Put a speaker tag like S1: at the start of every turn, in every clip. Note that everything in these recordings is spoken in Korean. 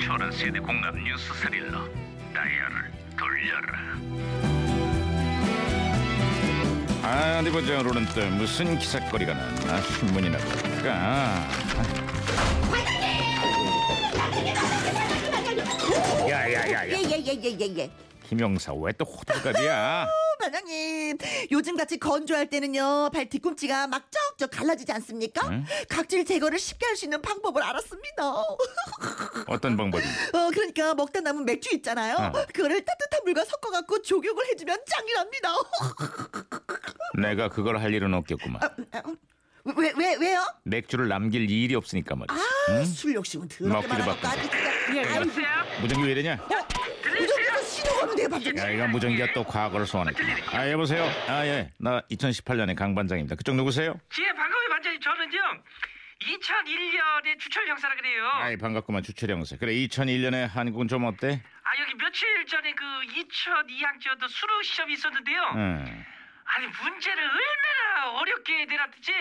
S1: 초런 세대 공감 뉴스 스릴러 다이얼을 돌려라
S2: 아, 어디 보자. 오늘은 또 무슨 기사거리가 났나? 신문이나 볼까? 야야야야.
S3: 예, 예예예예예예.
S2: 김영사 왜 또 호들갑이야?
S3: 반장님 요즘같이 건조할 때는요 발 뒤꿈치가 막 쩍쩍 갈라지지 않습니까?
S2: 응?
S3: 각질 제거를 쉽게 할 수 있는 방법을 알았습니다. 어
S2: 어떤 방법이?
S3: 그러니까 먹다 남은 맥주 있잖아요.
S2: 어.
S3: 그거를 따뜻한 물과 섞어갖고 조격을 해주면 짱이랍니다.
S2: 내가 그걸 할 일은 없겠구만.
S3: 왜 왜 왜요?
S2: 맥주를 남길 일이 없으니까 말이야.
S3: 아술 욕심은 더럽게
S2: 먹기도
S3: 많아갖고
S2: 바쁘네.
S3: 아주 그냥 아유
S2: 무전기 왜 되냐?
S3: 무전기에서 신호가 오는데 요 반장님.
S2: 야, 이건 무전기가 또 과거를 소환했구나. 아, 여보세요? 아, 예. 나 2018년의 강 반장입니다. 그쪽 누구세요?
S4: 예, 반가워요, 반장님. 저는요, 2001년에 주철 형사라 그래요.
S2: 아이, 반갑구만. 주철영사. 그래, 2001년에 한국은 좀 어때?
S4: 아, 여기 며칠 전에 그 2002학년도 수능 시험이 있었는데요.
S2: 응.
S4: 아니, 문제를 얼마나 어렵게 내놨든지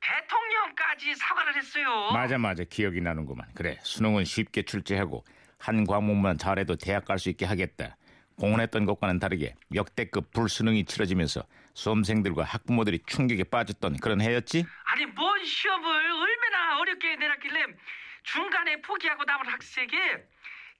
S4: 대통령까지 사과를 했어요.
S2: 맞아 맞아 기억이 나는구만 그래 수능은 쉽게 출제하고 한 과목만 잘해도 대학 갈 수 있게 하겠다 공언했던 것과는 다르게 역대급 불수능이 치러지면서 수험생들과 학부모들이 충격에 빠졌던 그런 해였지
S4: 아니, 뭔 시험을 얼마나 어렵게 내놨길래 중간에 포기하고 남은 학생이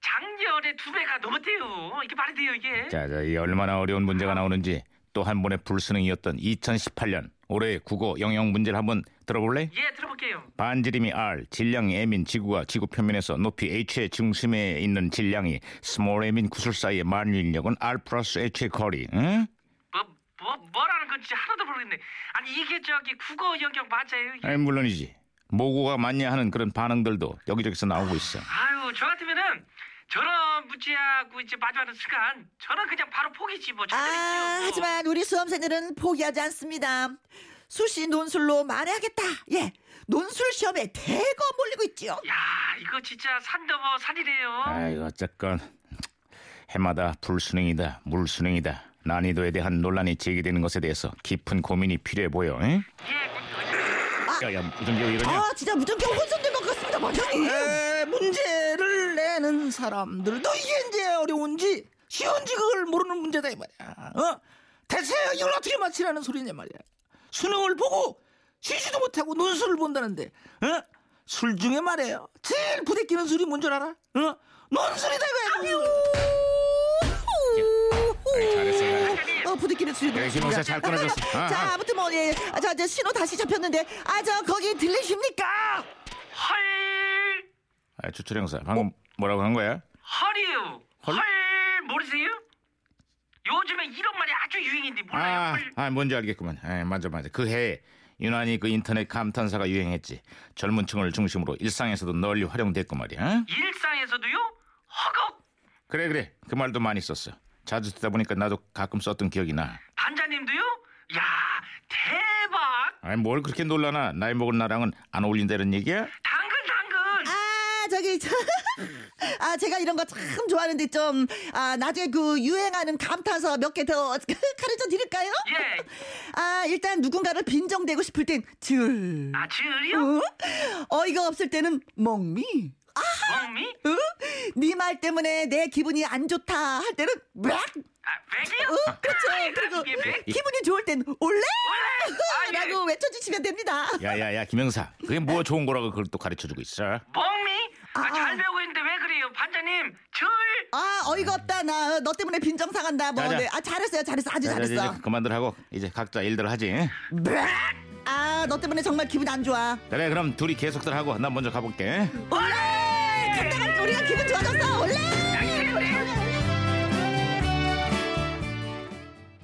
S4: 작년에 두 배가 넘었대요. 이게 말이 돼요, 이게.
S2: 자자 이 얼마나 어려운 문제가 나오는지 또 한 번의 불수능이었던 2018년 올해의 국어 영역 문제를 한번 들어볼래?
S4: 예, 들어볼게요.
S2: 반지름이 R, 질량이 M인 지구가 지구 표면에서 높이 H의 중심에 있는 질량이 스몰 M인 구슬 사이의 만유인력은 R 플러스 H의 거리 응?
S4: 뭐, 뭐, 뭐라는 건지 하나도 모르겠네. 아니, 이게 저기 국어 영역 맞아요, 이게.
S2: 아니 물론이지 모고가 맞냐 하는 그런 반응들도 여기저기서 나오고 있어
S4: 아유 저 같으면은 저런 문제하고 이제 마주하는 순간 저는 그냥 바로 포기지 뭐
S3: 아,
S4: 저들이 지어도.
S3: 하지만 우리 수험생들은 포기하지 않습니다. 수시 논술로 만회하겠다. 예, 논술 시험에 대거 몰리고 있지요.
S4: 야 이거 진짜 산 넘어 산이래요
S2: 아이 어쨌건 해마다 불수능이다 물수능이다 난이도에 대한 논란이 제기되는 것에 대해서 깊은 고민이 필요해 보여 응?
S4: 예 그-
S2: 야야 무슨 왜 이러냐
S3: 아, 진짜 무전기가 혼선된 것 같습니다, 반장님.
S2: 네.
S5: 에, 문제를 내는 사람들도 이게 이제 어려운지 쉬운지 그걸 모르는 문제다 이 말이야. 어? 대체 이걸 어떻게 맞히라는 소리냐 말이야. 수능을 보고 쉬지도 못하고 논술을 본다는데, 어? 술 중에 말이에요. 제일 부대끼는 술이 뭔 줄 알아? 어? 논술이다 이거야. 논술.
S2: 아이, 네, 잘했어 잘했어
S3: 어, 부대끼는 수리
S2: 네, 김홍사 잘 끊어줬어. 아, 아.
S3: 자, 아무튼 뭐, 예. 아, 저, 저, 신호 다시 잡혔는데, 아, 저, 거기 들리십니까?
S4: 헐
S2: 아, 주철 형사 방금 뭐라고 한 거야?
S4: 헐이요
S2: 헐?
S4: 헐? 모르세요? 요즘에 이런 말이 아주 유행인데 몰라요
S2: 아,
S4: 헐
S2: 아 뭔지 알겠구만 아, 맞아 맞아 그 해에 유난히 그 인터넷 감탄사가 유행했지 젊은 층을 중심으로 일상에서도 널리 활용됐고 말이야 응?
S4: 일상에서도요? 허걱
S2: 그래 그래 그 말도 많이 썼어 자주 듣다 보니까 나도 가끔 썼던 기억이 나
S4: 반장님도요? 야 대박
S2: 아니 뭘 그렇게 놀라나 나이 먹은 나랑은 안 어울린다는 얘기야?
S4: 당근 당근
S3: 아, 저기, 저, 아, 제가 이런 거 참 좋아하는데, 좀, 아, 나중에 그 유행하는 감탄사 몇 개 더 가르쳐 드릴까요?
S4: 예.
S3: 아, 일단 누군가를 빈정대고 싶을 땐, 들.
S4: 아 지으리요?
S3: 어? 어이가 없을 때는, 멍미.
S4: 멍미?
S3: 네 말 때문에 내 기분이 안 좋다 할 때는, 막.
S4: 아 맥이요?
S3: 어, 그렇죠.
S4: 아,
S3: 그리고
S4: 이게 맥?
S3: 기분이 좋을 땐 올레!
S4: 아, 예.
S3: 라고 외쳐주시면 됩니다.
S2: 야야야 김영사 그게 뭐 좋은 거라고 그걸 또 가르쳐주고 있어
S4: 멍미?
S3: 아.
S4: 아, 잘 배우고 있는데 왜 그래요? 반장님, 절
S3: 아 어이가 없다 나 너 때문에 빈정 상한다 뭐.
S2: 자자.
S3: 네. 아 잘했어요 잘했어 아주
S2: 자, 자, 이제
S3: 잘했어.
S2: 그만들 하고 이제 각자 일들 하지
S3: 아 너 때문에 정말 기분 안 좋아.
S2: 그래 그럼 둘이 계속들 하고 난 먼저 가볼게
S3: 올레! 갔다가 우리가 기분 좋아졌어 올레! 올레, 올레, 올레.